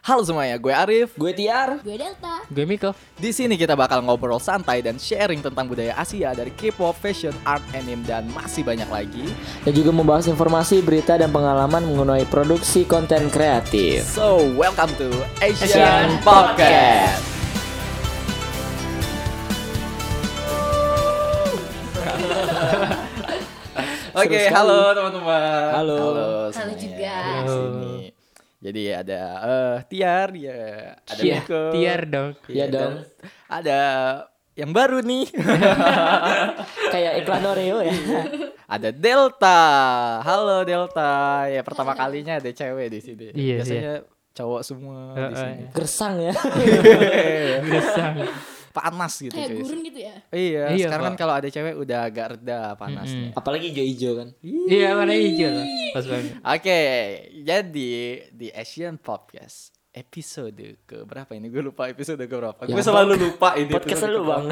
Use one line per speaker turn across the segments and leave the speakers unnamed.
Halo semuanya, gue Arif.
Gue Tiar.
Gue Delta.
Gue Miko.
Di sini kita bakal ngobrol santai dan sharing tentang budaya Asia dari K-pop, fashion, art, anime dan masih banyak lagi.
Dan juga membahas informasi, berita, dan pengalaman mengenai produksi konten kreatif.
So, welcome to Asian,
Asian
Podcast. Oke,
Seru sekali.
halo teman-teman.
Halo.
semuanya
Halo juga.
di
Halo.
sini. Jadi ada eh, Tiar, ya, ada
Iya,
Miko.
Tiar dong.
Iya dong.
dan Ada yang baru nih.
Kayak iklan Oreo ya.
ada Delta. Halo Delta. Ya pertama kalinya ada cewek di sini.
Iya,
Biasanya cowok semua di
Heeh.
sini.
Gersang ya.
Gersang.
Panas gitu
Kayak
cuy.
gurun gitu ya.
Iya,
Iya,
sekarang kan
Pak.
kalau ada cewek udah agak reda panasnya.
Apalagi hijau-hijau kan.
Iya, warna hijau lah. Pas banget.
Oke, jadi di Asian Podcast episode ke berapa ini? Gue lupa episode ke berapa.
Ya,
Gue selalu lupa ini.
Podcast
episode
lu
keberapa.
bang.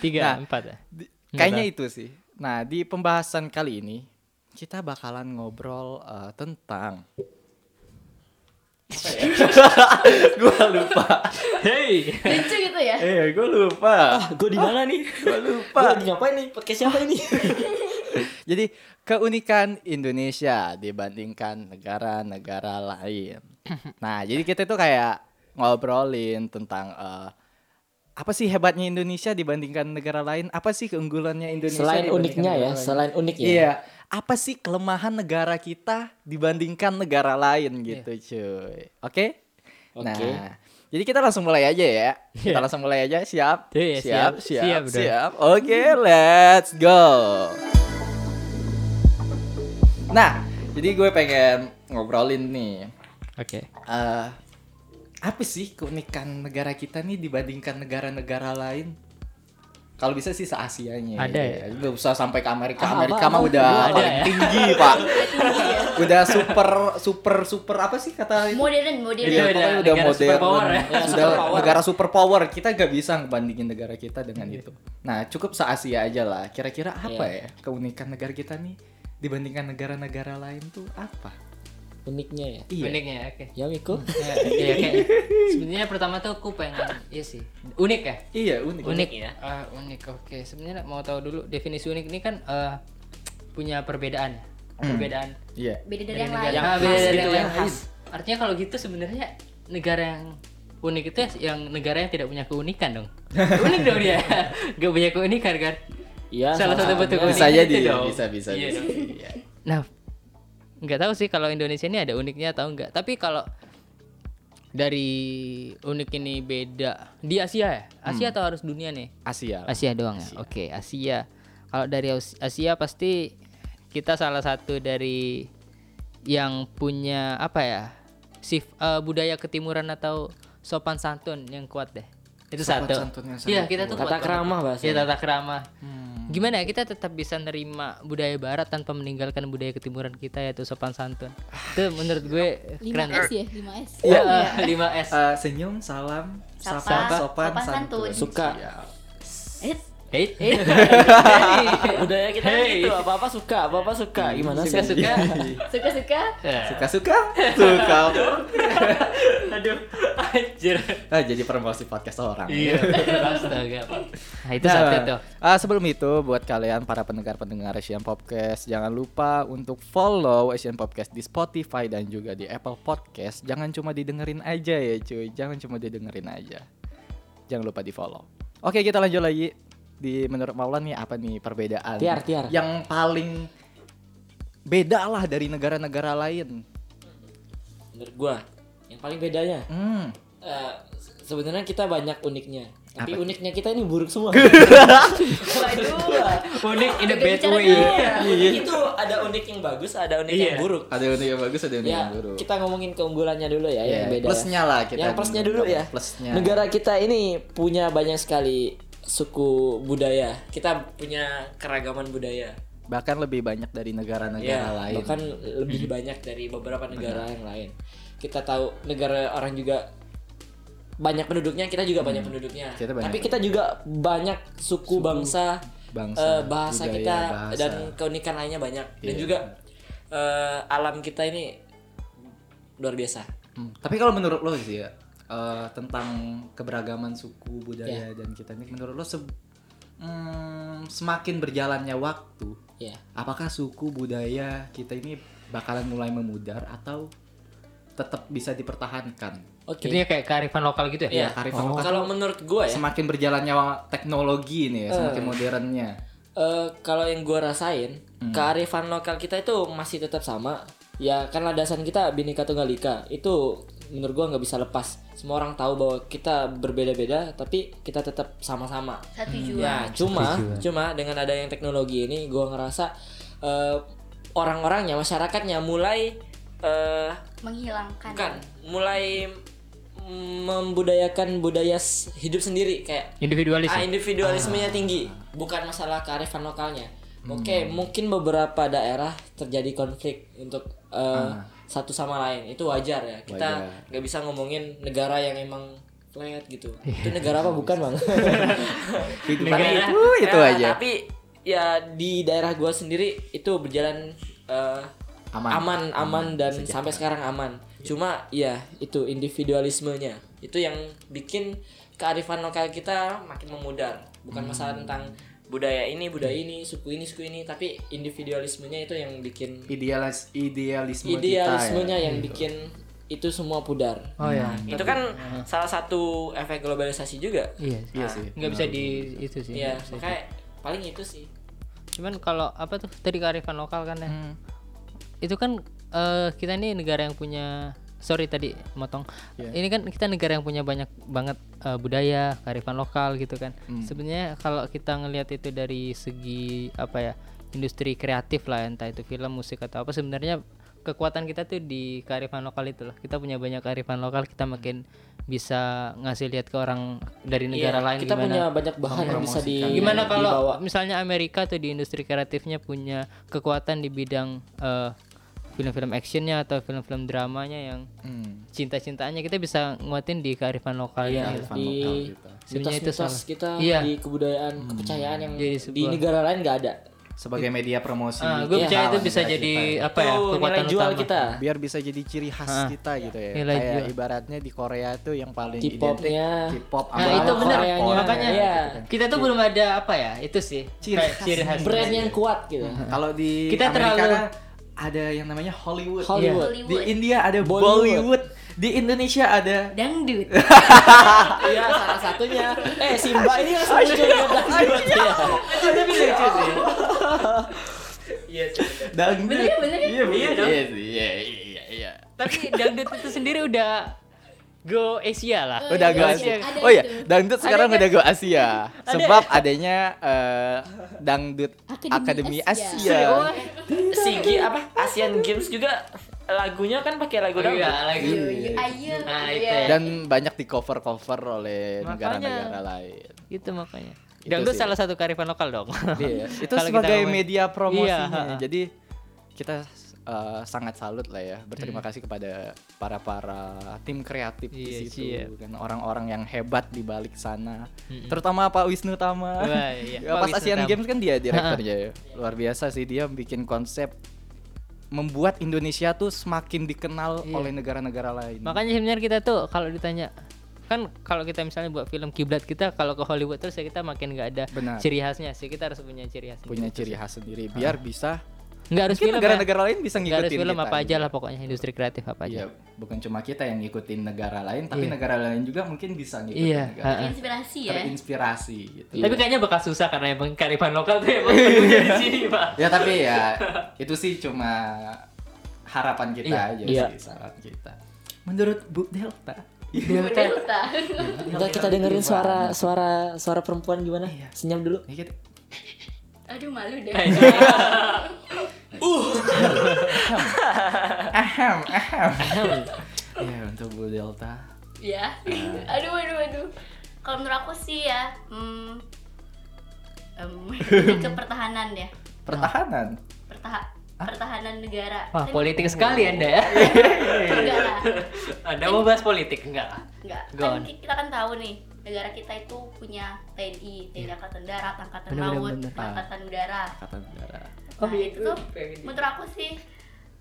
Tiga,
Nah.
empat ya.
Di-
Iya
Kayaknya
kan?
itu sih. Nah, di pembahasan kali ini kita bakalan ngobrol eh, tentang
ya?
gue lupa.
Hey.
Lucu gitu ya.
Eh,
Iya,
gue lupa.
Gue di mana nih?
Gue
Gue
lupa.
lagi ngapain nih? Podcast siapa ini?
Jadi keunikan Indonesia dibandingkan negara-negara lain. Nah, jadi kita tuh kayak ngobrolin tentang eh, apa sih hebatnya Indonesia dibandingkan negara lain? Apa sih keunggulannya Indonesia?
selain
dibandingkan
uniknya
negara
ya,
lain?
selain uniknya.
Iya. Apa sih kelemahan negara kita dibandingkan negara lain gitu, cuy. Oke?
Oke.
Nah, jadi kita langsung mulai aja ya. Kita
Iya.
langsung mulai aja. Siap?
Iya, iya,
siap,
siap.
siap,
Siap,
siap.
udah.
Oke, let's go. Nah, jadi gue pengen ngobrolin nih.
Oke.
eh, apa sih keunikan negara kita nih dibandingkan negara-negara lain? Kalau bisa sih se-Asianya.
Ada ya? Ah,
Gak usah sampai ke Amerika.
Apa,
Amerika
apa,
mah
apa?
udah
Ada
paling
ya?
tinggi, Pak. udah super super super apa sih kata itu?
Modern, modern.
Iya,
Beda,
pokoknya udah
negara
modern.
superpower ya.
Sudah
Superpower.
negara super power. Kita gak bisa ngebandingin negara kita dengan
Iya.
itu. Nah, cukup se-Asia aja lah. Kira-kira apa
Iya.
ya keunikan negara kita nih dibandingkan negara-negara lain tuh apa?
Uniknya ya.
Iya.
Uniknya, oke.
Ya Miko.
Ya, Iya, oke. Sebenarnya pertama tuh aku pengen, iya sih. Unik ya?
Iya, unik.
ya? unik, oke. Sebenarnya mau tahu dulu definisi unik ini kan eh, punya perbedaan. Perbedaan
Iya.
Beda dari
dari
yang
negara
lain.
Hmm.
Yang
yang Ah, beda dari
gitu,
yang
yang
khas. Artinya kalau gitu sebenarnya negara yang unik itu ya yang negara yang tidak punya keunikan dong. unik dong dia. Gak punya keunikan kan?
Iya.
Salah satu bentuk
sama-sama.
bisa
Unik
jadi
gitu dong.
bisa bisa
Iya
bisa
dong.
Iya.
Nah, nggak tahu sih kalau Indonesia ini ada uniknya atau enggak. Tapi kalau dari unik ini beda di Asia ya? Asia atau harus dunia nih?
Asia lah.
Asia doang ya. Oke, Asia. Kalau dari Aus- Asia pasti kita salah satu dari yang punya apa ya? Sif, eh, budaya ketimuran atau sopan santun yang kuat deh. Itu
Sopan
satu.
santun yang sangat
Iya, kita
Tata
tuh
Gitu,
kuat banget.
kerama
Iya,
bahasanya.
tata kerama. Gimana ya kita tetap bisa nerima budaya barat tanpa meninggalkan budaya ketimuran kita yaitu sopan santun. Itu menurut gue keren.
5S ya, 5S.
Iya, 5S.
Eh, senyum salam
Sapa,
sapa sopan
sopan
santun
santun.
Suka.
Siap.
Eh,
Hei.
Budaya kita kan
Hey.
gitu, apa-apa suka, apa-apa suka. Gimana sih?
Suka-suka.
Suka-suka.
Iya.
suka suka suka
Aduh, anjir.
nah, jadi promosi podcast orang
Iya. Astaga, Pak. Nah, itu
Nah,
satu tuh.
ah, sebelum itu buat kalian para pendengar-pendengar Asian Podcast jangan lupa untuk follow Asian Podcast di Spotify dan juga di Apple Podcast. Jangan cuma didengerin aja ya cuy, jangan cuma didengerin aja. Jangan lupa di follow. Oke kita lanjut lagi di menurut Maulana nih apa nih perbedaan
Tiar, tiar.
yang paling beda lah dari negara-negara lain.
Menurut gua, yang paling bedanya
Hmm.
Eh, sebenarnya kita banyak uniknya
Apa?
tapi
Iya.
uniknya kita ini buruk semua
Waduh.
Unik in a
Udah
bad
bicara
way.
dulu.
unik itu ada unik yang bagus ada unik
Iya.
yang buruk
Ada yang unik yang bagus, ada yang unik
ya
yang buruk.
kita ngomongin keunggulannya dulu
Iya,
ya yang beda ya.
plusnya lah kita
yang plusnya dulu ya
plusnya.
negara kita ini punya banyak sekali suku budaya kita punya keragaman budaya
Bahkan lebih banyak dari negara-negara
ya
lain. Mm-hmm.
bahkan lebih banyak dari beberapa negara yang lain kita tahu negara orang juga banyak penduduknya kita juga banyak penduduknya
Mm-hmm. Kita banyak
tapi kita juga banyak suku, bangsa
bangsa,
eh, bahasa
budaya,
kita
bahasa.
dan keunikan lainnya banyak dan
Iya.
juga eh, alam kita ini luar biasa.
Hmm, Tapi kalau menurut lo sih ya eh, tentang keberagaman suku
Ya.
budaya dan kita ini menurut lo se- hmm, semakin berjalannya waktu,
Ya.
apakah suku budaya kita ini bakalan mulai memudar atau tetap bisa dipertahankan?
Oke.
Jadinya kayak kearifan lokal gitu ya?
Iya.
kearifan lokal.
Kalau menurut gua ya,
Semakin berjalannya wa- teknologi ini ya, semakin modernnya.
eh, kalau yang gua rasain, kearifan lokal kita itu masih tetap sama. Ya kan landasan kita Bhinneka Tunggal Ika itu menurut gua nggak bisa lepas. Semua orang tahu bahwa kita berbeda-beda tapi kita tetap sama-sama.
Satu
Ya,
jua.
cuma cuma dengan ada yang teknologi ini gua ngerasa eh, orang-orangnya, masyarakatnya mulai eh
Iya. Menghilangkan.
bukan mulai membudayakan budaya s- hidup sendiri kayak
Individualis.
ah,
ya?
individualismenya tinggi bukan masalah kearifan lokalnya oke mungkin beberapa daerah terjadi konflik untuk eh, satu sama lain itu wajar ya kita
Wajar.
nggak bisa ngomongin negara yang emang flat gitu itu negara apa bukan bang
Kehidupan
Tapi-
itu Uh, itu
ya,
aja.
tapi ya di daerah gua sendiri itu berjalan eh,
Aman.
aman aman dan sampai sekarang aman cuma ya itu individualismenya itu yang bikin kearifan lokal kita makin memudar bukan
Hmm.
masalah tentang budaya ini budaya ini suku ini suku ini tapi individualismenya itu yang bikin
Idealis idealisme
idealismenya
kita. ya.
yang bikin itu semua pudar
Oh ya.
Nah, itu kan
eh.
salah satu efek globalisasi juga
Iya.
Iya sih.
Nggak bisa di itu sih.
Iya,
ya
nggak bisa di-
makanya paling itu sih
Cuman kalau apa tuh tadi kearifan lokal kan ya.
Hmm.
Itu kan eh, kita ini negara yang punya sorry tadi motong.
Iya.
Ini kan kita negara yang punya banyak banget eh, budaya, kearifan lokal gitu kan.
Hmm.
Sebenarnya kalau kita ngelihat itu dari segi apa ya? industri kreatif lah entah itu film, musik atau apa sebenarnya kekuatan kita tuh di kearifan lokal itu loh. Kita punya banyak kearifan lokal, kita makin bisa ngasih lihat ke orang dari negara
Iya,
lain
kita
gimana
punya banyak bahan yang bisa di
Gimana kalau
Iya, dibawa.
misalnya Amerika tuh di industri kreatifnya punya kekuatan di bidang eh, film-film actionnya atau film-film dramanya yang
Hmm.
cinta-cintaannya kita bisa nguatin di kearifan
Iya,
lokalnya. gitu.
di
lokal kita.
Sebenarnya itu
mitos-mitos
salah.
kita
Iya. Hmm.
di kebudayaan kepercayaan yang
Jadi
di
sebuah-
negara lain nggak ada
Sebagai media promosi.
Ah, gue
Iya,
percaya itu
kita,
bisa
kita,
jadi
kita.
apa ya
Itu
kekuatan
nilai jual
utama.
kita
biar bisa jadi ciri khas kita gitu ya.
nilai
Kayak
jual.
ibaratnya di Korea tuh yang paling identik
K-popnya
K-pop
Nah
sama
itu benar
Korea.
makanya
Iya.
kita tuh belum ada apa ya itu sih Iya.
Ciri
kayak
khas.
ciri khas.
brand yang kuat gitu
Kalau di
Kita
Amerika
terlalu-
kan ada yang namanya Hollywood.
Hollywood
Di India ada Bollywood.
Bollywood.
Di Indonesia ada
Dangdut.
iya salah satunya eh Simba ini yang selalu juga dangdut ya
tapi lucu sih.
Iya
Dangdut.
Bener ya, bener ya?
Iya, bener.
Iya dong.
Iya sih, iya iya iya.
Tapi dangdut itu sendiri udah go Asia lah.
Oh,
Udah
iya,
go
iya,
Asia.
ada
Oh iya,
itu.
dangdut sekarang
Ada
udah go Asia. Sebab adanya eh, dangdut
Akademi
Akademi
Asia.
Asia.
Sigi apa Asian Games juga lagunya kan pakai lagu
Udah
dangdut
lagi.
Iya.
Ayo.
Nah,
gitu
itu
ya.
dan banyak di cover cover oleh
Makanya.
negara-negara lain.
Itu Gitu makanya.
Itu
Dangdut
sih.
salah satu kearifan lokal dong.
Iya, itu
Kalau kita
sebagai
ngomongin-
media promosinya.
Iya, ha-ha.
Jadi kita eh, sangat salut lah ya. Berterima kasih kepada para para tim kreatif di
Iya,
situ
siap.
dan orang-orang yang hebat di balik sana. Terutama Pak Wisnu Tama.
Wah, iya.
Ya,
Pak
Pas
Wisnu
Asian
Tama.
Games kan dia direkturnya ya. Luar biasa sih dia bikin konsep membuat Indonesia tuh semakin dikenal
Iya.
oleh negara-negara lain.
Makanya sebenarnya kita tuh kalau ditanya kan kalau kita misalnya buat film kiblat kita kalau ke Hollywood terus ya kita makin nggak ada
Benar.
ciri khasnya sih kita harus punya ciri khas
punya ciri khas sendiri biar bisa
nggak harus
mungkin
film ya.
negara-negara lain bisa
nggak
ngikutin
harus film
kita
apa
gitu.
aja lah pokoknya industri kreatif apa aja
Iya, bukan cuma kita yang ngikutin negara lain, tapi
Iya.
negara lain juga mungkin bisa ngikutin
Iya,
negara.
ha-ha.
Inspirasi
Iya.
ya.
Terinspirasi gitu.
tapi kan- kayaknya bakal susah karena emang kearifan lokal tuh emang
Iya.
perlunya di sini pak
Ya tapi ya itu sih cuma harapan kita
Iya,
aja
iya.
sih, saran kita. Menurut Bu Delta,
Iya,
Delta.
Bentar kita dengerin suara suara suara perempuan gimana
Iya.
senyum dulu
ini kita-
Aduh malu deh.
Nah,
ahem, ahem. ya untuk Bu Delta.
ya
Nah.
aduh aduh aduh kalau menurut aku sih ya hmm, em, lebih ke pertahanan ya
Pertahanan.
Pertaha- pertahanan negara Kan
wah
Tapi
politik sekali anda ya
enggak lah
anda mau bahas politik enggak lah
enggak
Go
kan
on.
ki- kita kan tahu nih negara kita itu punya TNI TNI angkatan darat angkatan
Bener, bener,
laut
bener.
angkatan udara
Kata negara.
Oh,
Oh, iya,
iya.
nah itu tuh menurut aku sih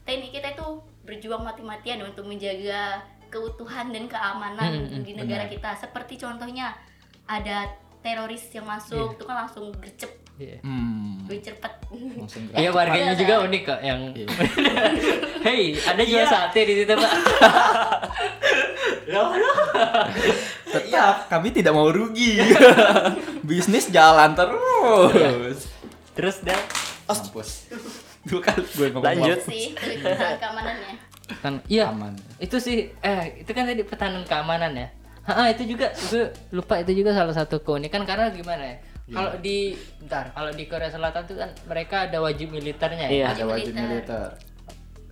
TNI kita itu berjuang mati-matian untuk menjaga keutuhan dan keamanan
Hmm, hmm,
di negara
benar.
kita. Seperti contohnya ada teroris yang masuk itu kan langsung gercep,
Iya.
Hmm.
lebih cepet.
Langsung gerak.
Iya warganya
Iya,
juga
kan?
unik kok yang
Iya.
Hei, ada jual sate di situ, Pak.
Tetap kami tidak mau rugi. Bisnis jalan terus.
Iya. Terus dah
Mampus. Dua kali gue ngomong
Lanjut.
Itu sih itu perusahaan keamanannya.
kan iya
Aman.
itu sih eh itu kan tadi pertahanan keamanan ya ah itu juga gue lupa itu juga salah satu keunikan karena gimana ya kalau di ntar kalau di Korea Selatan tuh kan mereka ada wajib militernya ya
Iya.
Ada wajib
Militer.
militer.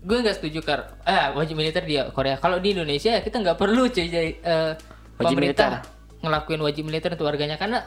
gue nggak setuju kar eh wajib militer di Korea kalau di Indonesia ya kita nggak perlu cuy jadi eh,
Wajib
pemerintah ngelakuin wajib militer untuk warganya karena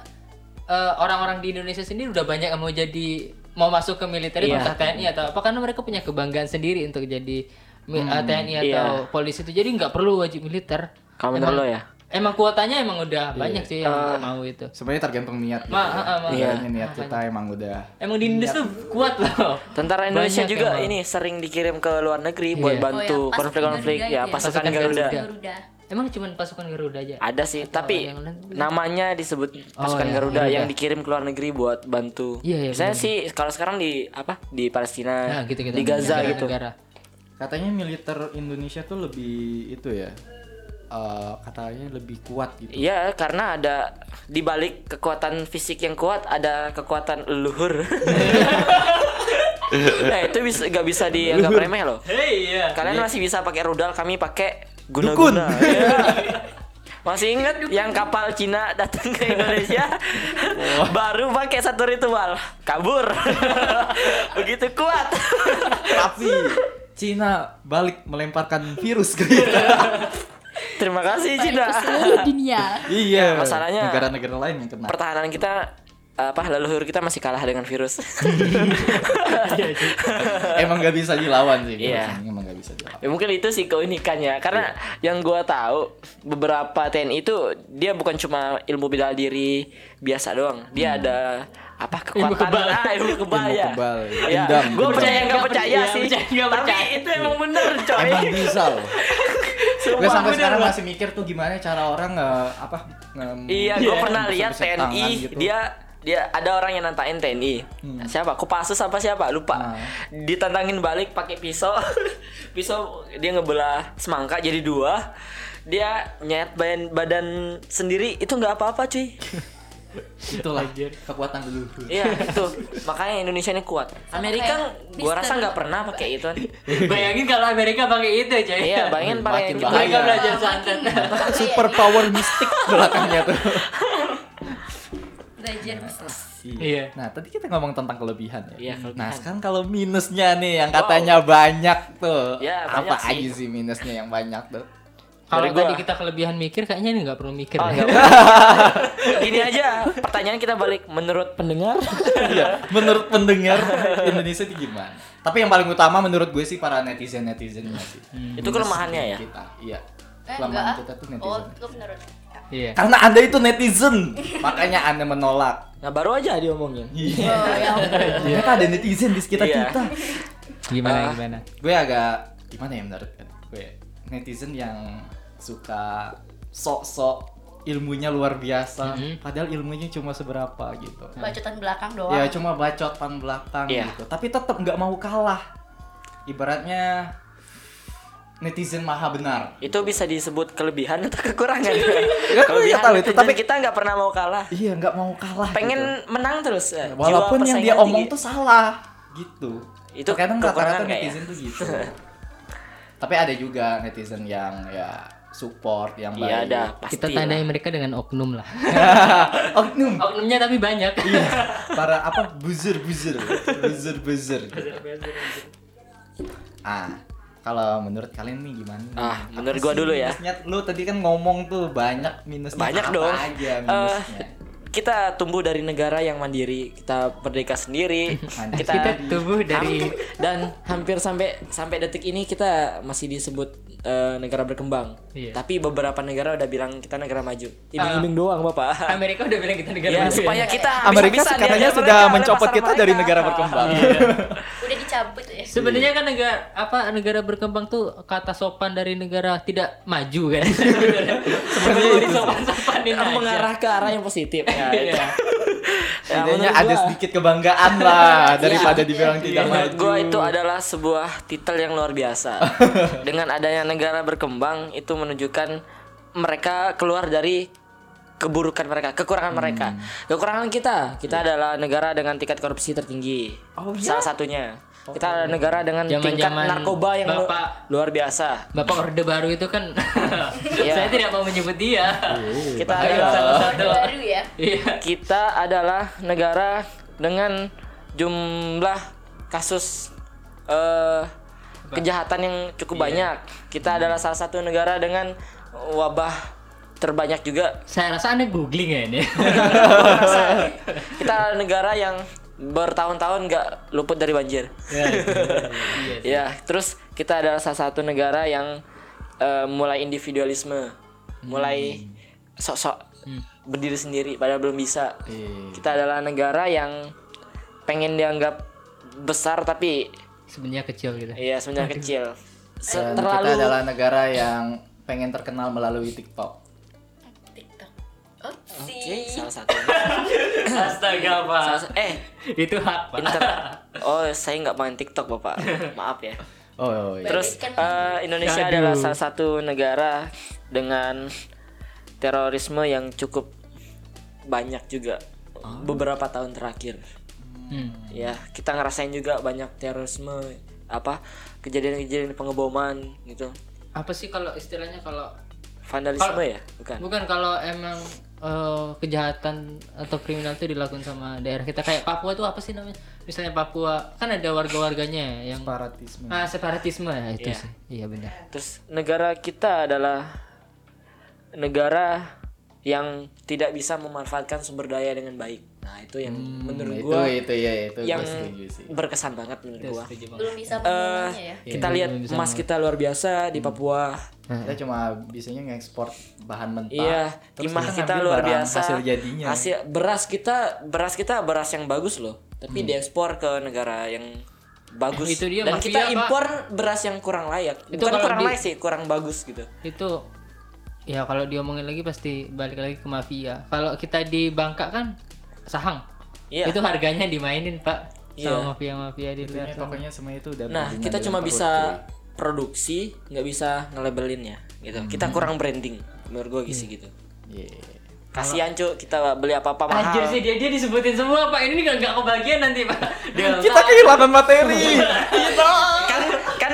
eh, orang-orang di Indonesia sendiri udah banyak yang mau jadi mau masuk ke militer
Iya.
entah TNI atau apa karena mereka punya kebanggaan sendiri untuk jadi mi- eh, TNI atau
iya.
polisi itu jadi nggak perlu wajib militer
Kalau menurut lo ya?
emang kuotanya emang
Iya.
udah banyak sih yang
Eh.
mau itu
Sebenarnya tergantung niat. gitu
Ma,
ya.
ah, ah, ma.
Iya.
Sebenarnya niat kita emang udah
emang di Indonesia tuh kuat loh
Tentara Indonesia
Banyak
juga
emang.
ini sering dikirim ke luar negeri buat
Iya.
bantu
Oh, ya, pasukan
konflik-konflik ya,
Garuda itu ya.
pasukan
Pasukan
Garuda.
Garuda.
Garuda.
emang cuman pasukan Garuda aja
Ada sih, tapi
Iya. yang lain.
namanya disebut pasukan
iya,
Garuda
Garuda.
yang dikirim ke luar negeri buat bantu.
Iya, iya,
Misalnya sih kalau sekarang di apa? Di Palestina,
nah gitu gitu
di Gaza gitu.
negara.
katanya militer Indonesia tuh lebih itu ya. eh, katanya lebih kuat gitu.
Iya, karena ada di balik kekuatan fisik yang kuat ada kekuatan leluhur. nah, itu bisa gak bisa dianggap remeh loh.
Hei ya.
Kalian masih bisa pakai rudal, kami pakai guna-guna. Iya. Masih ingat yang kapal Cina datang ke Indonesia baru pakai satu ritual kabur begitu kuat
Tapi Cina balik melemparkan virus ke kita.
terima kasih
Ke
Cina
seluruh dunia.
iya.
masalahnya-
negara-negara lain yang kena.
pertahanan kita apa leluhur kita masih kalah dengan virus
iya. emang gak bisa dilawan sih. virus
Iya.
ini Emang gak bisa dilawan.
Ya, mungkin itu sih keunikannya karena yang gua tahu beberapa TNI itu dia bukan cuma ilmu bela diri biasa doang. Dia ada apa kekuatan
kebal.
Ah, ilmu kebal
Ilmu
ya.
kebal,
Ya,
dendam,
gua
dendam.
percaya nggak
Nggak
percaya
percaya,
sih.
percaya, nggak
Tapi
percaya.
itu emang bener coy.
Emang bisa loh.
Sumpah,
Gue sampai
bener
sekarang
loh.
masih mikir tuh gimana cara orang nge apa nge-
Iya, gua
nge-
pernah lihat
bisa-bisa
TNI
tangan gitu.
dia dia ada orang yang nantain TNI. Siapa? Kopassus apa siapa?
Ah.
Lupa. Ditantangin balik pakai pisau. pisau dia ngebelah semangka jadi dua. Dia nyet badan, badan sendiri itu nggak apa-apa cuy.
itulah kekuatan dulu.
Iya, itu. Makanya Indonesia ini kuat. Amerika
kayak
gua rasa
Mister-
nggak pernah pakai itu.
Bayangin kalau Amerika pakai itu aja.
Iya, bayangin pakai
Makin
yang
bahaya.
Mereka
kita.
belajar santet.
Iya,
Super power mistik belakangnya tuh.
Belajar bisnis.
Iya.
Nah, tadi kita ngomong tentang kelebihan ya.
Iya, kelebihan.
Nah, sekarang kalau minusnya nih yang katanya banyak tuh.
Ya, banyak
apa
sih.
aja sih minusnya yang banyak tuh?
Kalau
Dari gua.
tadi kita kelebihan mikir, kayaknya ini nggak perlu mikir.
Oh, nggak
ya.
apa-apa. Gini aja, pertanyaan kita balik menurut pendengar.
Iya, menurut pendengar Indonesia itu gimana? Tapi yang paling utama menurut gue sih para netizen-netizen sih.
Itu kelemahannya ya?
Kita. Iya.
Eh, enggak.
Kelemahan kita tuh
Oh,
netizen.
itu menurut.
Iya.
Karena Anda itu netizen, makanya Anda menolak.
Nah, baru aja diomongin.
Iya.
Oh, ya ampun.
Ternyata ada netizen di sekitar
Iya.
kita.
Gimana gimana?
Ah, Gue agak gimana ya menurut gue netizen yang suka sok-sok ilmunya luar biasa, padahal ilmunya cuma seberapa gitu.
Bacotan belakang doang.
Ya cuma bacotan belakang
Iya.
gitu, tapi tetap nggak mau kalah. Ibaratnya netizen maha benar.
itu bisa disebut kelebihan atau kekurangan
iya tahu itu,
netizen
tapi-
kita nggak pernah mau kalah
Iya nggak mau kalah. gitu.
pengen menang terus eh, jiwa
Walaupun yang dia
persaingan
omong
tinggi.
tuh salah gitu.
Itu
kadang rata-rata
kekurangan kayak ya?
netizen tuh gitu. Tapi ada juga netizen yang ya support yang baik.
iya ada pasti
Kita tandai mereka dengan oknum lah.
Oknum.
Oknumnya tapi banyak.
Iya, para apa buzzer buzzer buzzer buzzer. Ah, kalau menurut kalian nih gimana? nih?
ah menurut
Apa
gua
sih
dulu ya
Minusnya, lu tadi kan ngomong tuh banyak minusnya.
banyak
apa
dong
aja
Eh,
minusnya.
kita tumbuh dari negara yang mandiri kita merdeka sendiri
Mandiri.
kita,
Kita tubuh dari
hampir- dan hampir sampai sampai detik ini kita masih disebut eh, negara berkembang
Iya.
tapi beberapa negara udah bilang kita negara maju
Ah.
iming-iming doang bapak
Amerika udah bilang kita negara
Ya,
maju.
supaya kita
Amerika
habis-habisan
katanya
diajak
sudah
mereka Iya, oleh
mencopot
pasar
kita dari
mereka.
negara berkembang.
Udah cabut ya.
Sebenarnya kan negara apa negara berkembang tuh kata sopan dari negara tidak maju kan. Sebenarnya sopan-sopanin aja.
iya. mengarah ke arah yang positif ya, itu.
Iya.
Ya,
Setidaknya
menurut
ada
gua-
sedikit kebanggaan lah daripada dibilang
Ya,
tidak
Menurut
maju.
gue itu adalah sebuah titel yang luar biasa. Dengan adanya negara berkembang itu menunjukkan mereka keluar dari keburukan mereka,
Hmm.
kekurangan mereka. Kekurangan kita,
Iya.
kita adalah negara dengan tingkat korupsi tertinggi.
Oh, iya?
Salah satunya. Kita adalah negara dengan tingkat
Zaman-zaman
narkoba yang lu-
Bapak-
luar biasa.
Bapak Orde Baru itu kan
Iya.
saya tidak mau menyebut dia.
Kita
Ayo
adalah
satu-satu.
Orde baru ya.
Iya.
kita adalah negara dengan jumlah kasus eh, kejahatan yang
Iya.
cukup banyak.
Hmm.
Kita adalah salah satu negara dengan wabah terbanyak juga.
Saya rasa Anda googling ya ini.
Kita adalah negara yang bertahun-tahun nggak luput dari banjir.
Iya, iya, iya.
Ya, terus kita adalah salah satu negara yang eh, mulai individualisme, mulai
Hmm.
sok-sok berdiri sendiri padahal belum bisa.
Iya.
Kita adalah negara yang pengen dianggap besar tapi
Sebenarnya kecil gitu.
ya sebenarnya kecil. Se-
Dan kita
terlalu
adalah negara yang pengen terkenal melalui TikTok.
TikTok.
Oke,
Opsi.
salah satu.
Astaga, Pak.
Salah sa- eh,
Itu hak, Pak.
inter. Oh, saya nggak main TikTok, Bapak. Maaf ya.
Oh, iya.
Terus eh, Indonesia
Aduh.
adalah salah satu negara dengan terorisme yang cukup banyak juga beberapa tahun terakhir.
Hmm.
Ya, kita ngerasain juga banyak terorisme apa kejadian-kejadian pengeboman gitu.
Apa sih kalau istilahnya kalau
Vandalisme ya? Bukan.
bukan kalau emang eh, kejahatan atau kriminal itu dilakukan sama daerah kita kayak Papua tuh apa sih namanya? Misalnya Papua kan ada warga-warganya ya, yang
separatisme.
ah, separatisme ya itu sih. Iya benar.
Terus negara kita adalah negara yang tidak bisa memanfaatkan sumber daya dengan baik. Nah, itu yang menurut
Hmm, itu
gua
itu ya itu
yang
gua setuju sih. Iya,
berkesan banget menurut
Iya,
gua.
Belum bisa penggunanya ya.
kita lihat emas kita luar biasa
Hmm.
di Papua.
Kita cuma bisanya ngekspor bahan mentah.
Nah, Iya,
terus
timah kita
ngambil
luar
barang
biasa.
Hasil jadinya.
Hasil- beras kita beras kita beras yang bagus loh,
Hmm.
tapi diekspor ke negara yang bagus.
Itu dia,
Dan
mafia,
kita
Pak.
impor beras yang kurang layak.
Itu
Bukan
kalau
kurang
di-
layak sih, kurang bagus gitu.
Itu ya kalau diomongin lagi pasti balik lagi ke mafia. Kalau kita di Bangka kan sahang.
Iya.
Itu harganya dimainin, Pak.
Iya.
Sama mafia-mafia di
Intinya
luar sana.
pokoknya semua itu udah
Nah,
berhubungan
kita
dengan
cuma
perut,
bisa
cuy.
produksi, nggak bisa ngelabelinnya gitu. Kita kurang branding menurut gua sih gitu.
Iya.
Kasihan cuy, kita beli apa-apa mahal.
Anjir sih dia dia disebutin semua Pak. Ini nggak nggak kebagian nanti Pak. Delta.
Kita kehilangan materi.
kan kan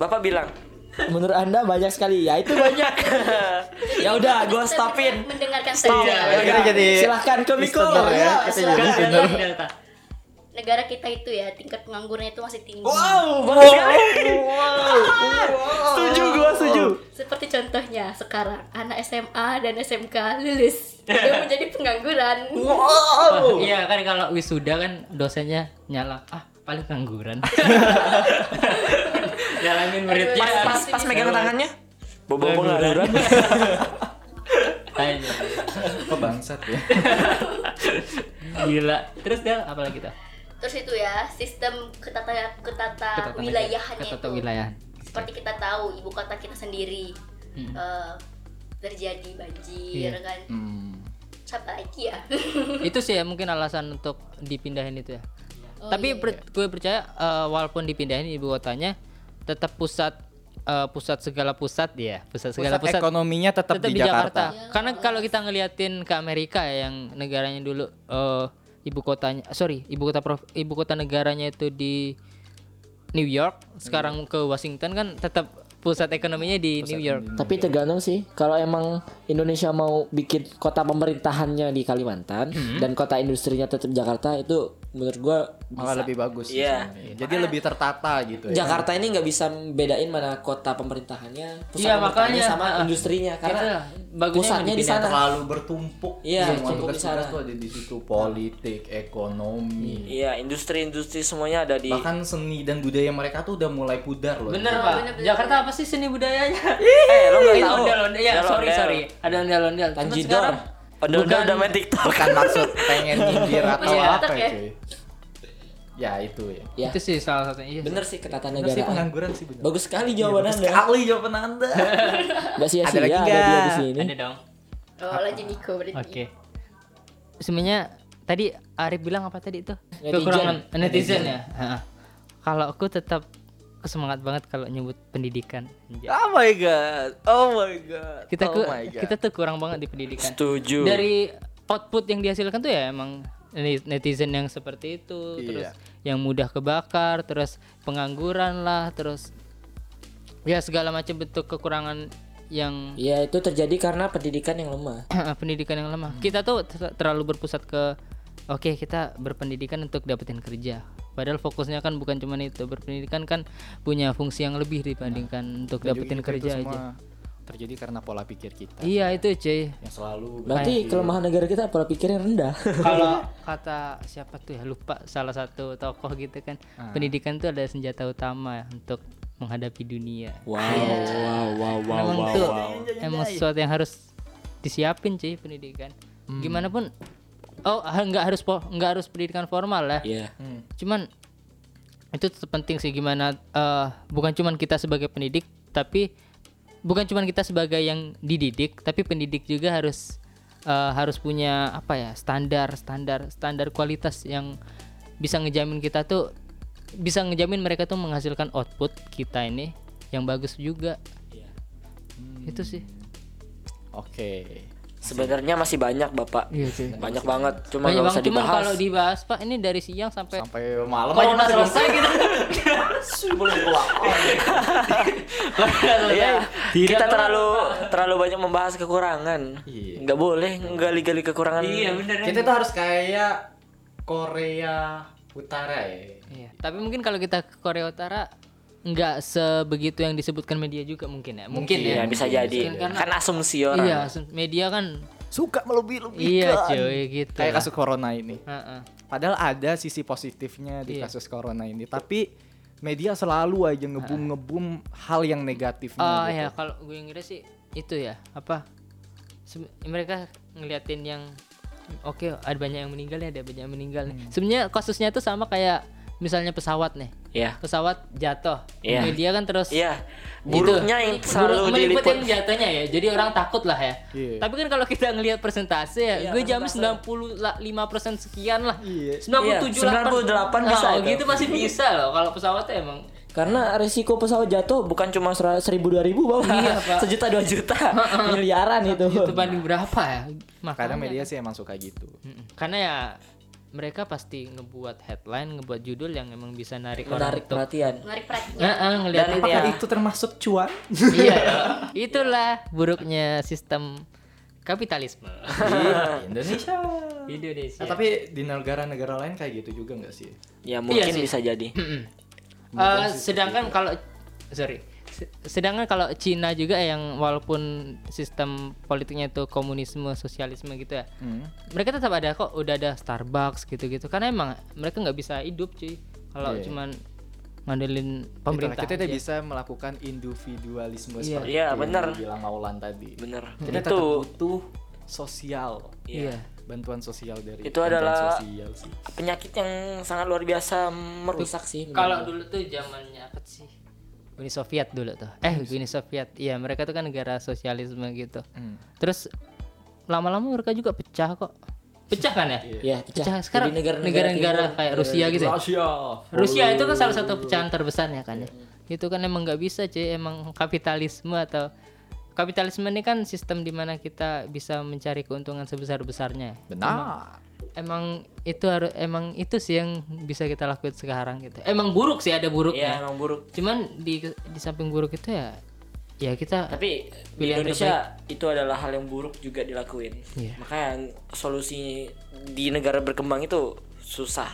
Bapak bilang menurut Anda banyak sekali. Ya itu banyak. ya udah, gua stopin.
Mendengarkan
Stop. Iya.
saja.
Kita jadi
Silahkan ke Miko.
listener ya.
Ya,
Kita
silahkan.
jadi
Delta,
listener.
Delta.
Negara kita itu ya tingkat penganggurnya itu masih tinggi.
Wow, banyak sekali.
Setuju gua, setuju.
Seperti contohnya sekarang anak SMA dan SMK lulus dia menjadi pengangguran.
Wow.
Iya kan kalau wisuda kan dosennya nyala. Ah, paling ngangguran. Nyalamin muridnya.
Pas pas pas megang tangannya. Bobo pengangguran.
Ayo.
Kok bangsat ya?
Gila. Terus Del, apa lagi tuh?
Terus itu ya sistem ketata ketata
Ketata-
wilayahannya
ketata
itu.
wilayah.
Seperti kita tahu ibu kota kita sendiri eh, terjadi banjir
Iya.
kan.
Hmm.
Siapa lagi ya?
itu sih ya mungkin alasan untuk dipindahin itu ya.
Oh,
Tapi
iya,
per- gue percaya eh, walaupun dipindahin ibu kotanya, tetap pusat eh, pusat segala pusat ya, pusat segala
Pusat
pusat,
ekonominya tetap,
tetap
di, Jakarta.
Karena Iya, kalau kita ngeliatin ke Amerika ya, yang negaranya dulu eh, ibu kotanya, sorry, ibu kota prov- ibu kota negaranya itu di New York, sekarang ke Washington kan tetap pusat ekonominya di New York.
Tapi tergantung sih kalau emang Indonesia mau bikin kota pemerintahannya di Kalimantan dan kota industrinya tetap Jakarta itu menurut gua
Malah lebih bagus sih
Iya.
sebenarnya. Jadi lebih tertata gitu ya.
Jakarta ini nggak bisa bedain mana kota pemerintahannya, pusat
Iya,
pemerintahannya
makanya.
sama
Ah.
industrinya
Itulah,
karena
bagusnya
pusatnya
emang
di
dipindah
sana.
terlalu bertumpuk
Iya,
semua
bertumpuk di
tugas-tugas
sana.
tuh ada di situ politik ekonomi
Iya, industri-industri semuanya ada di
bahkan seni dan budaya mereka tuh udah mulai pudar loh
Bener
Pak.
pak, Jakarta apa sih seni budayanya?
Eh, lo nggak
Itu
tahu.
ondel-ondel, ya
Ondel-ondel.
sorry sorry, ada ondel-ondel. Cuman
Tanjidor.
sekarang
Ondel-ondel
bukan-
udah main TikTok.
bukan maksud pengen nyindir atau
Iya.
apa
Otak ya.
cuy ya itu ya
Ya.
Itu sih salah satunya. Iya. sih. Iya,
Bener
Bener sih
sih ketatanegaraan.
pengangguran sih bener
Bagus sekali jawaban
Bagus
Anda.
sekali jawaban anda
Enggak sia-sia
Ada lagi
ya, ada dia
nggak?
di sini.
Ada dong.
Oh, lanjut Niko berarti.
Oke. Sebenarnya tadi Arif bilang apa tadi itu?
Netizen.
Kekurangan netizen, ya. Ha. Kalau aku tetap semangat banget kalau nyebut pendidikan. Anjay.
oh my god oh my god
Kita
oh
ku-
my god
kita tuh kurang banget di pendidikan.
Setuju.
Dari output yang dihasilkan tuh ya emang ne- netizen yang seperti itu,
Iya.
terus yang mudah kebakar, terus pengangguran lah, terus ya segala macam bentuk kekurangan yang
Ya itu terjadi karena pendidikan yang lemah.
pendidikan yang lemah. Kita tuh ter- terlalu berpusat ke oke, kita berpendidikan untuk dapetin kerja. Padahal fokusnya kan bukan cuman itu. Berpendidikan kan punya fungsi yang lebih dibandingkan untuk
Dan juga
dapetin
Nah, itu- itu
kerja
semua
aja.
terjadi karena pola pikir kita
Iya, itu cuy.
yang selalu
Berarti kelemahan negara kita pola pikirnya rendah.
Kalau kata siapa tuh ya lupa salah satu tokoh gitu kan.
Ah.
Pendidikan tuh ada senjata utama ya untuk menghadapi dunia.
wow,
Iya.
wow, wow, wow,
emang
wow,
tuh
wow.
emang sesuatu yang harus disiapin cuy pendidikan.
Hmm.
Gimana pun oh ah, nggak harus po- nggak harus pendidikan formal ya. lah.
Iya.
Hmm.
cuman itu tetap penting sih gimana eh, bukan cuman kita sebagai pendidik tapi bukan cuman kita sebagai yang dididik tapi pendidik juga harus eh, harus punya apa ya standar standar standar kualitas yang bisa ngejamin kita tuh bisa ngejamin mereka tuh menghasilkan output kita ini yang bagus juga
Iya.
itu sih
oke
Sebenarnya masih banyak, Bapak.
iya cuy
Banyak banget, cuma nggak
banyak banget
usah
cuman
dibahas.
kalau dibahas pak ini dari siang sampai
sampai malam aja
corona
masih
selesai gitu
belum pulang
Iya,
Tidak
kita
boleh
terlalu terlalu banyak membahas kekurangan.
Iya.
Nggak boleh gali-gali kekurangan.
bener
Iya,
kita tuh harus kayak Korea Utara ya
Iya. Tapi mungkin kalau kita ke Korea Utara nggak sebegitu yang disebutkan media juga mungkin ya. Mungkin,
Iya,
ya.
bisa jadi.
karena-
kan asumsi orang.
Iya, se- media kan
suka melebih-lebihkan
iya cuy gitu.
kayak
lah.
kasus corona ini
Heeh.
Padahal ada sisi positifnya di
Iya.
kasus corona ini, tapi media selalu aja ngebum-ngebum hal yang
Iya,
negatifnya
Oh
gitu.
ya kalau gue ngira sih itu ya apa se- mereka ngeliatin yang oke ada banyak yang meninggal ya ada banyak yang meninggal
Hmm.
nih. Sebenarnya kasusnya tuh sama kayak misalnya pesawat nih.
Iya.
Pesawat jatuh.
Iya.
Media kan terus
Iya. Buruknya yang selalu
Buruk- meliput
diliput.
yang jatuhnya ya jadi orang takut lah ya
Iya.
tapi kan kalau kita ngelihat persentase ya
Iya,
gue jamin
persentase.
95 persen sekian lah
Iya.
97
Iya, 98 bisa
Nah,
itu.
gitu masih bisa loh kalau pesawatnya emang
Karena resiko pesawat jatuh bukan cuma sera- seribu dua ribu bapak,
Iya, Pak.
sejuta dua juta miliaran Iya, itu.
itu banding berapa ya
Karena
makanya
media sih emang suka gitu.
Mm-mm. karena ya mereka pasti ngebuat headline ngebuat judul yang emang bisa narik
Menarik
orang untuk
perhatian.
Menarik perhatian.
Heeh, ngeliatin
Dan-
Apakah
Iya.
itu termasuk cuan?
iya itulah buruknya sistem kapitalisme
Di
Iya.
Indonesia.
Indonesia
Nah, Iya, tapi di negara-negara lain kayak gitu juga nggak sih?
Ya mungkin
sih.
bisa jadi.
Eh, sedangkan kalau sorry Se- sedangkan kalau Cina juga yang walaupun sistem politiknya itu komunisme sosialisme gitu ya
Hmm.
mereka tetap ada kok udah ada Starbucks gitu-gitu karena emang mereka nggak bisa hidup cuy kalau
Iya.
cuman ngandelin
Pemerintah
pemerintah Iya.
kita tidak
aja.
bisa melakukan individualisme
Iya.
seperti
Iya,
itu yang
bener.
dibilang Maulan tadi.
Bener.
Kita tetap
itu
butuh sosial,
iya
bantuan sosial dari
Itu
bantuan
adalah-
sosial sih.
penyakit yang sangat luar biasa merusak sih. menurut
kalau
gua.
dulu tuh zamannya apa sih Uni Soviet dulu tuh eh Uni Soviet iya mereka tuh kan negara sosialisme gitu
Hmm.
terus lama-lama mereka juga pecah kok pecah kan
Iya.
ya
ya pecah.
pecah sekarang
Jadi
negara-negara
timur,
kayak Rusia gitu ya.
Rusia.
Rusia itu kan salah satu pecahan terbesarnya kan ya. Itu kan emang nggak bisa cuy, emang kapitalisme atau kapitalisme ini kan sistem dimana kita bisa mencari keuntungan sebesar besarnya.
Benar.
Emang itu harus emang itu sih yang bisa kita lakuin sekarang gitu. Emang buruk sih ada
Iya
buruknya.
emang buruk.
Cuman di di samping buruk itu ya ya kita
Tapi di
Pilihan
Indonesia itu adalah hal yang buruk juga dilakuin.
Iya.
Makanya solusi di negara berkembang itu susah.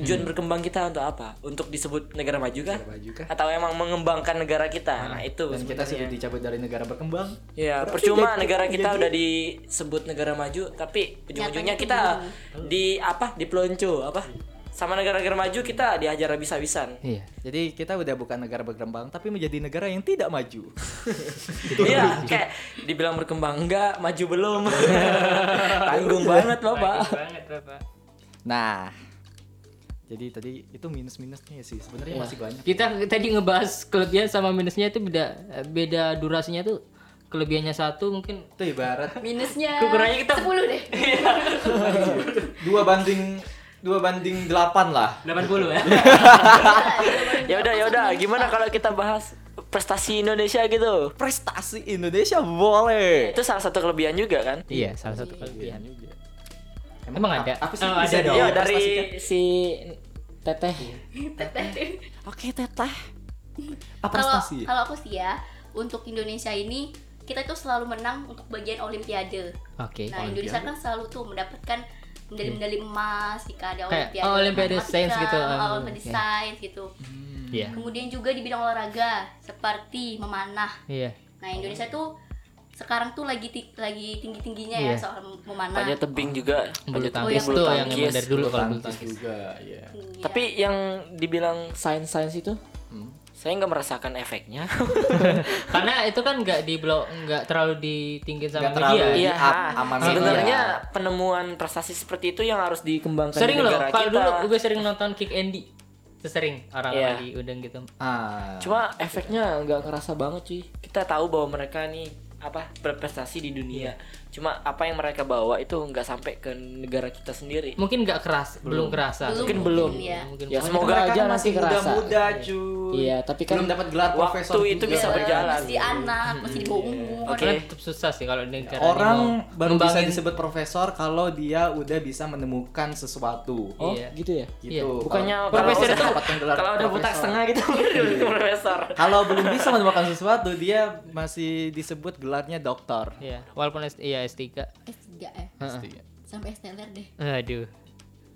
Tujuan berkembang kita untuk apa? Untuk disebut negara maju kah?
Hmm. Negara maju kah? Ah,
Atau emang mengembangkan negara kita? Nah, itu
Dan kita
sebenarnya.
sudah dicabut dari negara berkembang.
Ya, percuma negara kita udah disebut negara maju, tapi ujung-ujungnya kita di apa? Dipelonco apa? Sama negara-negara maju kita dihajar habis-habisan.
iya.
Jadi kita udah bukan negara berkembang tapi menjadi negara yang tidak maju.
Iya, kayak dibilang berkembang enggak, maju belum. Tanggung banget, Bapak.
banget Bapak.
Nah, Jadi tadi itu minus-minusnya ya sih.
Iya.
Sebenarnya masih banyak.
Kita tadi ngebahas kelebihan sama minusnya itu beda beda durasinya tuh kelebihannya satu mungkin
Itu ibarat
minusnya
Kekurangannya kita- Iya.
10 deh
dua banding dua banding delapan lah.
80 ya.
ya udah ya udah gimana kalau kita bahas prestasi Indonesia gitu
Prestasi Indonesia boleh.
itu salah satu kelebihan juga kan
iya, salah satu kelebihan.
juga.
Emang ada?
Apa sih
Oh,
bisa
ada
dong.
Iya
Iya,
kan?
dari si Teteh oke Teteh
Apa
kalau
prestasi?
kalau aku sih ya untuk Indonesia ini kita tuh selalu menang untuk bagian Olimpiade
Oke.
nah Indonesia kan selalu tuh mendapatkan medali-medali emas jika ada
Kayak,
Olimpiade
oh, Olimpiade
matematika,
sains gitu,
oh,
oh,
Olimpiade
oke.
sains gitu
Iya.
kemudian juga di bidang olahraga seperti memanah
Iya.
nah Indonesia tuh sekarang tuh lagi ti- lagi tinggi tingginya ya
Iya.
soal memanah
panjat tebing juga
Bulu
panjat
tangkis
bulu
tuh yang
tangkis.
emang dari dulu kalau bulu
Tangkis
tangkis.
juga, ya.
Iya.
tapi yang dibilang sains sains itu
Hmm.
saya nggak merasakan efeknya
Karena itu kan nggak di blok nggak terlalu ditinggin sama
Nggak
media.
terlalu.
iya
Di- aman media.
sebenarnya
gitu ya.
penemuan prestasi seperti itu yang harus dikembangkan
Sering
di
loh,
negara
kalau
kita
dulu gue sering nonton Kick Andy. Itu sering orang
Iya.
lagi udang gitu.
Ah.
cuma efeknya nggak kerasa banget cuy kita tahu bahwa mereka nih apa berprestasi di
Iya.
dunia cuma apa yang mereka bawa itu nggak sampai ke negara kita sendiri
Mungkin nggak keras, belum, kerasa.
Belum.
mungkin belum
Iya.
Mungkin
ya
belum.
semoga
mereka
aja
kan
nanti
masih
kerasa
muda-muda cuy.
iya tapi kan
belum dapat gelar profesor.
waktu itu
juga.
bisa
Iya,
berjalan.
masih anak masih
Iya.
di bawah umur
Oke.
Karena tetap susah sih kalau di negara ini mau
Orang baru bisa
ngembangin.
disebut profesor kalau dia udah bisa menemukan sesuatu.
oh
Iya.
gitu ya
Gitu.
Iya.
Kalau-
bukannya kalau
profesor
udah,
udah mendapatkan gelar
kalau udah butak
profesor.
setengah gitu
Iya.
baru disebut profesor
Kalau belum bisa menemukan sesuatu, dia masih disebut gelarnya doktor.
Iya, walaupun S, iya S3.
S3 ya
Pasti.
sampai STLR deh
Aduh.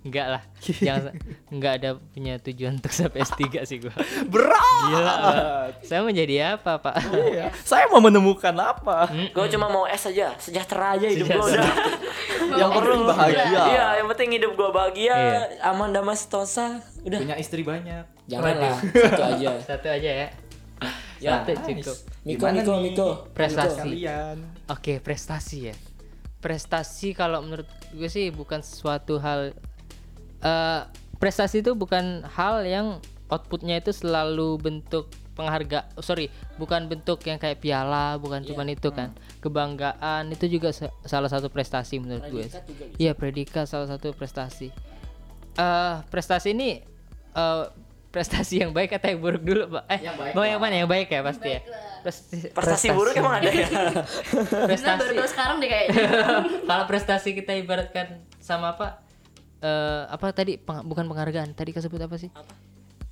Enggak lah. Jangan enggak ada punya tujuan untuk sampai S3 sih gua.
Berat.
Gila. Pak. Saya mau jadi apa, Pak?
Iya. Saya mau menemukan apa?
gue cuma mau S aja sejahtera aja hidup gue udah
Yang penting bahagia.
iya yang penting hidup gue bahagia
Iya.
aman damai sentosa udah
Punya istri banyak.
janganlah satu aja
Satu aja ya.
Ya.
Satu cukup.
Miko,
Gimana
Miko,
nih
Miko.
Prestasi.
Kalian.
Oke, prestasi ya. Prestasi kalau menurut gue sih bukan suatu hal eh prestasi itu bukan hal yang outputnya itu selalu bentuk pengharga oh, sorry bukan bentuk yang kayak piala bukan cuman itu kan kebanggaan itu juga sa- salah satu prestasi menurut gue
Predikat juga bisa.
iya predikat salah satu prestasi eh prestasi ini eh prestasi yang baik atau yang buruk dulu pak eh
Yang baik
mau yang mana yang baik ya pasti ya Prestasi-
Prestasi buruk emang ada ya?
Nah, baru
prestasi
tahu sekarang deh kayaknya
kalau prestasi kita ibaratkan sama apa eh apa tadi Peng- bukan penghargaan tadi kau sebut apa sih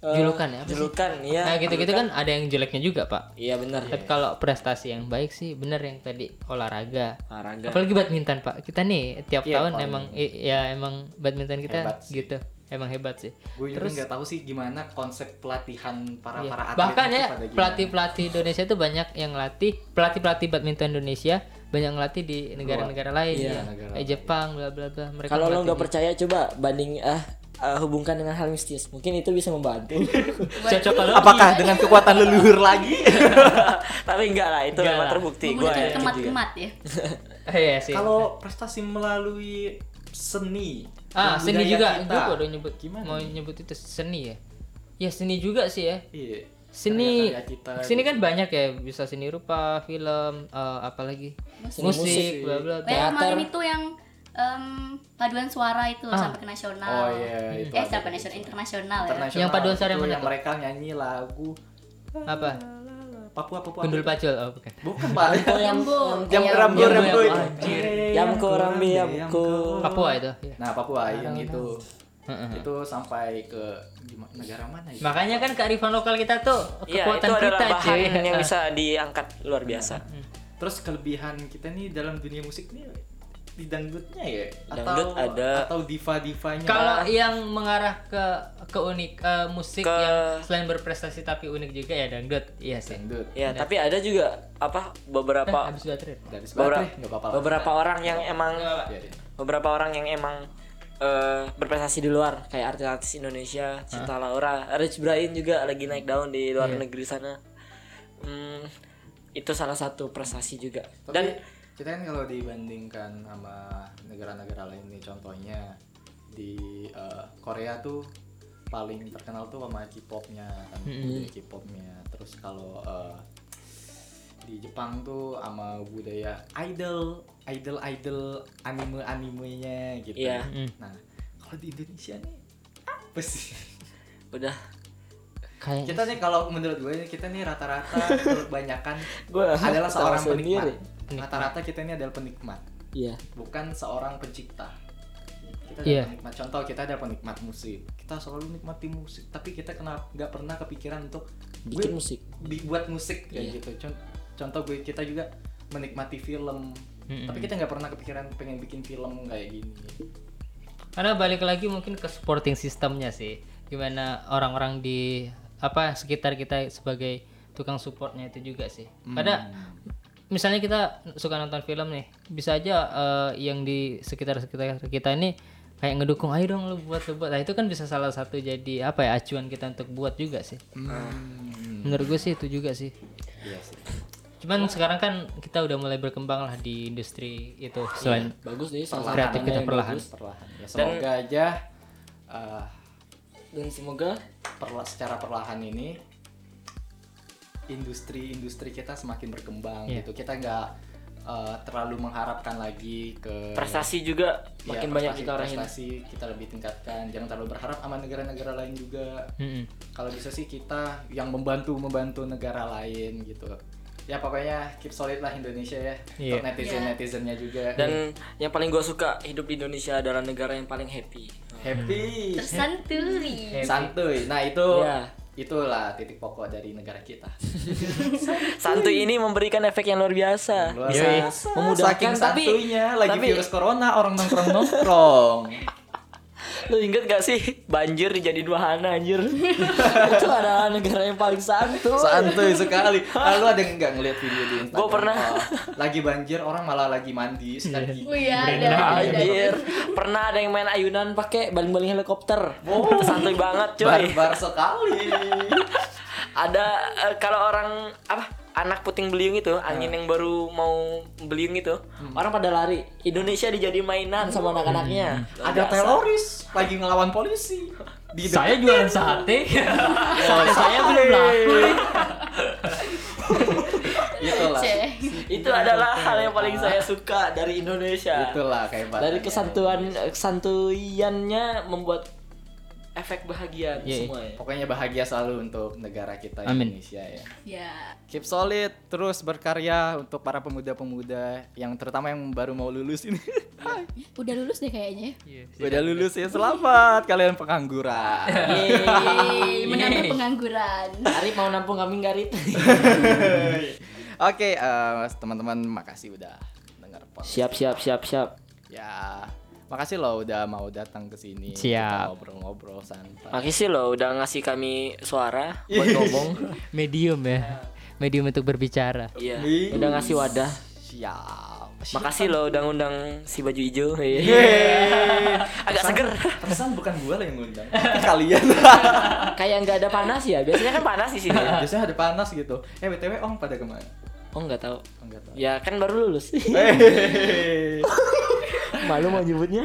julukan ya apa sih?
Julukan, iya.
nah gitu-gitu kan ada yang jeleknya juga pak
Iya benar.
tapi kalau prestasi yang baik sih bener yang tadi olahraga
Olahraga.
apalagi badminton pak kita nih tiap
Iya,
tahun
paling-
emang i- ya emang badminton kita
Hebat sih.
gitu emang hebat sih
Gue juga nggak tahu sih gimana konsep pelatihan para
Iya.
para atlet
bahkan
itu
ya
pada gimana.
pelatih pelatih Indonesia tuh banyak yang latih pelatih pelatih badminton Indonesia banyak ngelatih di negara-negara lain
Iya,
ya.
negara
kayak Jepang bla bla bla mereka
Kalau lo
ngelatih
nggak
di-
percaya coba banding ah ah, hubungkan dengan hal mistis. Mungkin itu bisa membantu.
Cocokologi.
Apakah dengan kekuatan leluhur lagi?
Tapi enggak lah, itu
Enggak
memang
lah.
terbukti. Gue
menggunakan kemat-kemat ya
Iya sih.
Kalau prestasi melalui seni.
ah
dan
seni
budaya
juga.
kita.
Gue baru nyebut
Gimana
mau nyebut itu seni ya. Ya seni juga sih ya.
Iya.
Seni
Karya-karya kita
seni
gitu.
kan banyak ya bisa seni rupa, film, eh, apalagi
Musik.
Musik.
musik, bla bla. bla.
Kayak kemarin
Teater.
itu yang em, paduan suara itu sampai ke nasional.
Oh iya, itu
Eh
ada
sampai
gitu.
nasional internasional ya.
Internasional
Hmm. Yang paduan suara
itu
mana
yang
tuh?
mereka nyanyi lagu
Apa?
Papua Papua.
Gundul pacul. Oh, bukan.
Bukan Pak.
Jambu.
Jam
Iya.
rambu rambu
Jambu, jambu.
itu.
Anjir.
Yamko, rambi, yamko.
Papua itu. Iya.
Nah, Papua yang itu
Heeh.
itu sampai ke di ma- negara mana ya?
Makanya kan kearifan lokal kita tuh
Iya, itu
kekuatan
adalah
kita Eh.
bahan
cuy.
yang bisa diangkat luar biasa.
Terus kelebihan kita nih dalam dunia musik nih di dangdutnya ya
Dangdut
atau
ada.
atau diva-divanya.
Kalau yang mengarah ke ke unik eh, musik
Ke-
yang selain berprestasi tapi unik juga ya dangdut. Iya sih.
dangdut
Ya, tapi ada juga apa beberapa
Habis baterai.
dari
beberapa,
sebagai nggak apa-apa. Iya lah.
beberapa orang yang emang
Biarin.
beberapa orang yang emang eh, berprestasi di luar kayak artis-artis Indonesia, Cinta Laura, Rich Brian juga lagi naik daun di luar
Iya.
negeri sana. Hmm, itu salah satu prestasi juga.
Tapi
Dan
kita kan kalau dibandingkan sama negara-negara lain nih contohnya di eh, Korea tuh paling terkenal tuh sama K-popnya kan
Hmm.
budaya K-popnya terus kalau eh, di Jepang tuh sama budaya idol idol idol anime animenya gitu
Iya.
Mm.
nah kalau di Indonesia nih apa sih
udah
Kayak
kita nih kalau menurut gue nih, kita nih rata-rata kebanyakan
gue
adalah seorang penikmat rata-rata kita ini adalah penikmat
iya
bukan seorang pencipta. Kita ada
Iya.
penikmat. Contoh kita ada penikmat musik. Kita selalu nikmati musik, tapi kita kenapa nggak pernah kepikiran untuk
bikin
gue
musik
dibuat musik kayak
Iya.
gitu. Con- Contoh gue kita juga menikmati film,
Mm-mm.
tapi kita nggak pernah kepikiran pengen bikin film kayak gini.
Karena balik lagi mungkin ke supporting sistemnya sih. Gimana orang-orang di apa sekitar kita sebagai tukang supportnya itu juga sih. Pada
Hmm.
misalnya kita suka nonton film nih, bisa aja eh, yang di sekitar sekitar kita ini kayak ngedukung ayo dong lu buat lu buat. Nah, itu kan bisa salah satu jadi apa ya acuan kita untuk buat juga sih. Menurut gue sih itu juga sih.
Hmm. Iya sih.
Cuman sekarang kan kita udah mulai berkembang lah di industri itu Iya. selain
bagus deh salah satu
Kreatif
tanda
kita
yang
perlahan.
bagus.
Perlahan. Ya, semoga aja eh,
dan semoga
perla- secara perlahan ini industri-industri kita semakin berkembang
Iya.
gitu. Kita nggak eh, terlalu mengharapkan lagi ke
prestasi juga
ya,
makin banyak
prestasi-
kita arahin
prestasi kita lebih tingkatkan. Jangan terlalu berharap sama negara-negara lain juga.
Mm-mm.
Kalau bisa sih kita yang membantu membantu negara lain gitu. Ya pokoknya keep solid lah Indonesia ya.
Iya.
Untuk netizen-netizennya juga.
dan yang paling gue suka hidup di Indonesia adalah negara yang paling happy
happy,
Tersantui.
santuy. Nah, itu
Iya.
itulah titik pokok dari negara kita.
santuy ini memberikan efek yang luar biasa
Luar
Bisa
biasa.
Iya, memudahkan
Saking
tapi
santuinya, lagi
tapi-
virus corona orang nongkrong nongkrong
lu inget gak sih banjir dijadiin wahana anjir itu adalah negara yang paling santuy
santuy sekali lalu ada yang nggak ngeliat video di Instagram
Oh. Gua pernah.
Oh, lagi banjir orang malah lagi mandi sekali
Oh iya, ada.
Nah,
ada.
anjir. Pernah ada yang main ayunan pakai baling-baling helikopter. Santuy banget, cuy.
barbar sekali
Ada eh, kalau orang apa? Anak puting beliung itu,
Ya.
angin yang baru mau beliung itu,
Hmm.
orang pada lari. Indonesia dijadi mainan sama anak-anaknya.
ada
Biasa.
teroris lagi ngelawan polisi di Oh,
Saya jualan sate. sate saya belum laku.
itulah
Ceh.
Itu adalah hal yang paling saya suka dari Indonesia.
itulah kayak
Dari kesantuan kesantuiannya membuat efek bahagia ya.
Iya, iya.
semuanya.
pokoknya bahagia selalu untuk negara kita
Amin.
Indonesia ya
Ya.
keep solid terus berkarya untuk para pemuda-pemuda yang terutama yang baru mau lulus ini
Udah lulus deh kayaknya.
udah lulus ya selamat kalian pengangguran
Yeay, menambah pengangguran.
Arif mau nampung kami nggak Arif?
Oke, eh, teman-teman, makasih udah denger podcast.
siap siap siap siap.
Ya, makasih loh udah mau datang ke sini. Kita
Siap.
ngobrol-ngobrol santai.
Makasih loh udah ngasih kami suara buat ngomong.
Medium ya. Medium untuk berbicara.
Iya.
Please.
Udah ngasih wadah.
Siap.
Makasih loh udah ngundang si baju hijau. Iya.
Yeay.
Agak seger.
Pesan bukan gue lah yang ngundang, tapi kalian.
Kayak nggak ada panas ya. Biasanya kan panas di sini.
Iya, Biasanya ada panas gitu. Eh, btw, Ong pada kemana?
Oh nggak tahu.
Oh, Enggak tahu.
Ya kan baru
Eh,
lulus.
Hehehe.
Malu mau nyebutnya.